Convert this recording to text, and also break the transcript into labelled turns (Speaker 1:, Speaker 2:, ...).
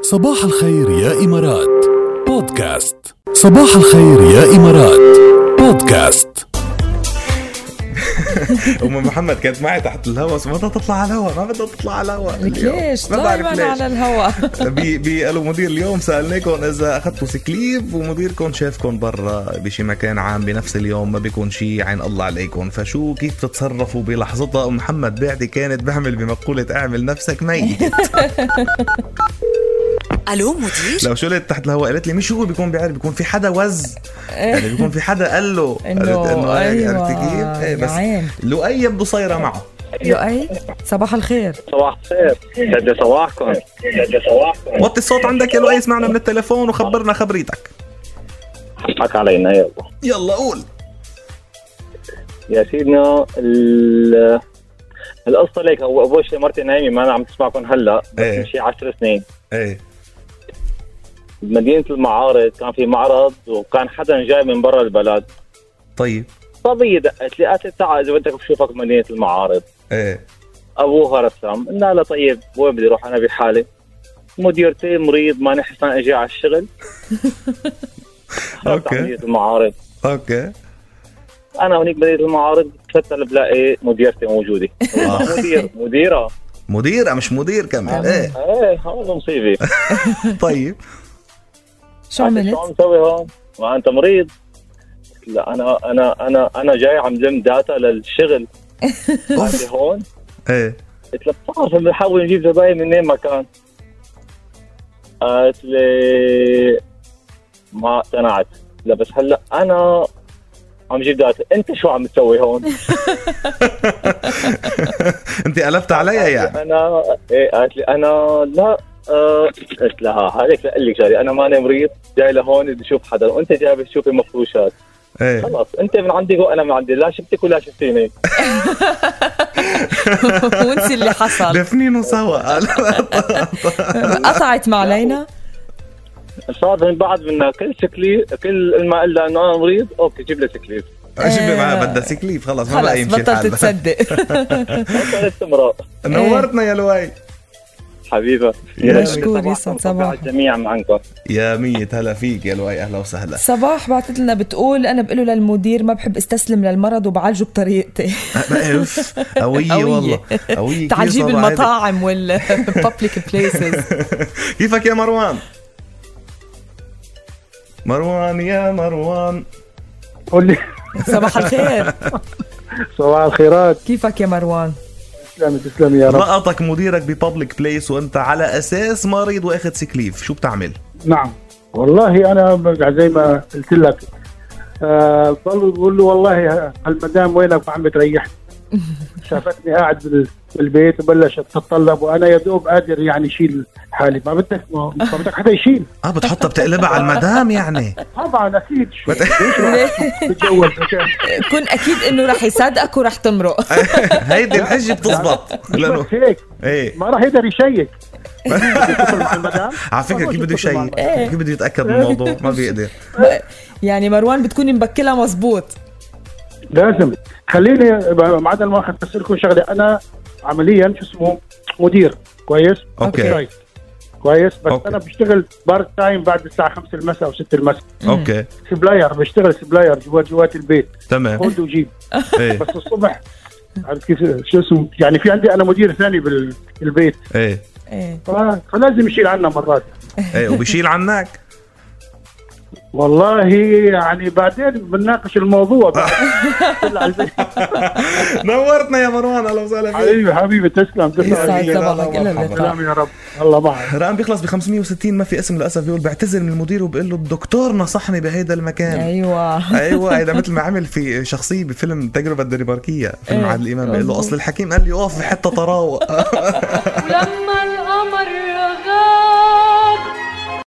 Speaker 1: صباح الخير يا إمارات بودكاست صباح الخير يا إمارات بودكاست
Speaker 2: ام محمد كانت معي تحت الهواء بس ما بدها تطلع على الهواء ما بدها تطلع على الهواء
Speaker 3: لك
Speaker 2: اليوم.
Speaker 3: ليش
Speaker 2: ما بعرف
Speaker 3: دائما على الهواء
Speaker 2: بي بي قالوا مدير اليوم سالناكم اذا اخذتوا سكليب ومديركم شافكم برا بشي مكان عام بنفس اليوم ما بيكون شي عين الله عليكم فشو كيف تتصرفوا بلحظتها ام محمد بعدي كانت بعمل بمقوله اعمل نفسك ميت
Speaker 4: الو مدير
Speaker 2: لو شو قالت تحت الهواء قالت لي مش هو بيكون بيعرف بيكون في حدا وز يعني بيكون في حدا قال له قالت إنه هيك،
Speaker 3: إيه. أيوة،
Speaker 2: عرفت كيف؟ إيه، بس
Speaker 3: نعم
Speaker 2: لؤي يبدو صايره معه
Speaker 3: لؤي صباح الخير
Speaker 5: صباح الخير سد صباحكم سد صباحكم
Speaker 2: وطي الصوت عندك يا لؤي اسمعنا من التليفون وخبرنا خبريتك
Speaker 5: حك علينا يلا
Speaker 2: يلا قول
Speaker 5: يا سيدنا ال- القصة ليك هو أول شيء مرتي نايمة ما أنا عم تسمعكم هلا بس
Speaker 2: إيه.
Speaker 5: من شي 10 سنين
Speaker 2: ايه
Speaker 5: بمدينة المعارض كان في معرض وكان حدا جاي من برا البلد
Speaker 2: طيب
Speaker 5: صبية دقت لي قالت لي تعال إذا بدك بشوفك بمدينة المعارض
Speaker 2: ايه
Speaker 5: أبوها رسام قلنا لها طيب وين بدي أروح أنا بحالي مديرتي مريض ما نحسن أجي على الشغل رحت على
Speaker 2: اوكي
Speaker 5: مدينة المعارض
Speaker 2: اوكي
Speaker 5: انا هونيك بديت المعارض بتفتل بلاقي إيه، مديرتي موجوده والله مدير مديره
Speaker 2: مديرة مش مدير كمان
Speaker 3: آه.
Speaker 2: ايه
Speaker 5: ايه هون مصيبه
Speaker 2: طيب
Speaker 3: شو
Speaker 5: أنت شو
Speaker 3: عملت؟
Speaker 5: عم تسوي هون؟ ما انت مريض قلت لا انا انا انا انا جاي عم لم داتا للشغل عندي
Speaker 2: اوف
Speaker 5: هون
Speaker 2: ايه
Speaker 5: قلت لها بتعرف بنحاول نجيب زباين من اي مكان قالت لي ما اقتنعت لا بس هلا انا عم جيب داتا انت شو عم تسوي هون؟
Speaker 2: انت قلبت عليا يعني
Speaker 5: انا ايه قالت لي انا لا آه، قلت لها هذيك لا لك جاري انا ماني مريض جاي لهون بدي اشوف حدا وانت جاي بتشوفي مفروشات
Speaker 3: آه.
Speaker 2: ايه
Speaker 5: خلص انت من عندك وانا من عندي لا شفتك ولا شفتيني
Speaker 3: ونسي اللي حصل
Speaker 2: دفنينه سوا
Speaker 3: آه. قطعت مع لينا
Speaker 5: صار من بعد منا كل سكلي كل ما قال لها انه انا مريض اوكي جيب لي سكلي
Speaker 2: شبه معها بدها سكليف خلص ما بقى
Speaker 3: خلص
Speaker 2: يمشي
Speaker 3: بطلت
Speaker 2: الحال
Speaker 3: تصدق
Speaker 5: وصلت امراه
Speaker 2: نورتنا يا لؤي
Speaker 5: حبيبه
Speaker 2: يا
Speaker 3: مشكور، يسعد صباحك.
Speaker 5: الجميع معكم
Speaker 2: يا مية هلا فيك يا لؤي اهلا وسهلا
Speaker 3: صباح بعثت لنا بتقول انا بقول له للمدير ما بحب استسلم للمرض وبعالجه بطريقتي
Speaker 2: اوف قوية
Speaker 3: قوية.
Speaker 2: والله قوية كتير
Speaker 3: تعال جيب
Speaker 2: صباح هيدي.
Speaker 3: المطاعم والببليك بليسز
Speaker 2: كيفك يا مروان؟ مروان يا مروان
Speaker 6: قول لي
Speaker 3: صباح الخير
Speaker 6: صباح الخيرات
Speaker 3: كيفك يا مروان؟
Speaker 6: تسلم تسلم يا رب
Speaker 2: لقطك مديرك ببابليك بليس وانت على اساس مريض واخد سكليف شو بتعمل؟
Speaker 6: نعم والله انا ب- زي ما قلت لك آه بقول بقول له والله هالمدام وينك وعم بتريحني شافتني قاعد بال- بالبيت وبلشت تتطلب وانا يا دوب قادر يعني شيل حالي ما بدك ما ما بدك حدا يشيل
Speaker 2: اه بتحطها بتقلبها على المدام يعني
Speaker 6: طبعا اكيد شو ليش راح تتجوز
Speaker 3: كن اكيد انه رح يصدقك ورح تمرق
Speaker 2: هيدي الحجه بتزبط لانه
Speaker 6: بس هيك
Speaker 2: ايه
Speaker 6: ما راح يقدر يشيك يتصل مع المدام
Speaker 2: على فكره كيف بده شيء
Speaker 3: إيه.
Speaker 2: كيف بده يتاكد من الموضوع ما بيقدر
Speaker 3: يعني مروان بتكوني مبكلها مزبوط
Speaker 6: لازم خليني ب- بعد ما اخذ بس لكم شغله انا عمليا شو اسمه مدير كويس
Speaker 2: اوكي
Speaker 6: طيب. كويس بس
Speaker 2: أوكي.
Speaker 6: أوكي. انا بشتغل بارت تايم بعد الساعه 5 المساء او 6 المساء
Speaker 2: اوكي
Speaker 6: سبلاير بشتغل سبلاير جوات جوات البيت
Speaker 2: تمام
Speaker 6: خذ وجيب
Speaker 2: ايه
Speaker 6: بس الصبح عرفت كيف شو اسمه يعني في عندي انا مدير ثاني بال- بالبيت
Speaker 2: ايه
Speaker 3: ايه
Speaker 6: ف- فلازم يشيل عنا مرات
Speaker 2: ايه وبشيل عنك
Speaker 6: والله يعني بعدين بنناقش الموضوع بعد. طلع البيت.
Speaker 2: نورتنا يا مروان اهلا وسهلا فيك
Speaker 6: حبيبي حبيبي تسلم تسلم
Speaker 3: يسعد
Speaker 6: حبيبي.
Speaker 3: صباحك.
Speaker 2: أهلا
Speaker 3: إلى
Speaker 2: ومرحبا.
Speaker 3: اللقاء.
Speaker 6: سلام يا رب الله معك
Speaker 2: رقم بيخلص ب 560 ما في اسم للاسف بيقول بعتذر من المدير وبقول له الدكتور نصحني بهيدا المكان
Speaker 3: 哎 ايوه
Speaker 2: ايوه هيدا مثل ما عمل في شخصيه بفيلم التجربه الدنماركيه فيلم
Speaker 3: إيه.
Speaker 2: عادل امام بيقول له اصل الحكيم قال لي اقف حتى تراوق
Speaker 3: ولما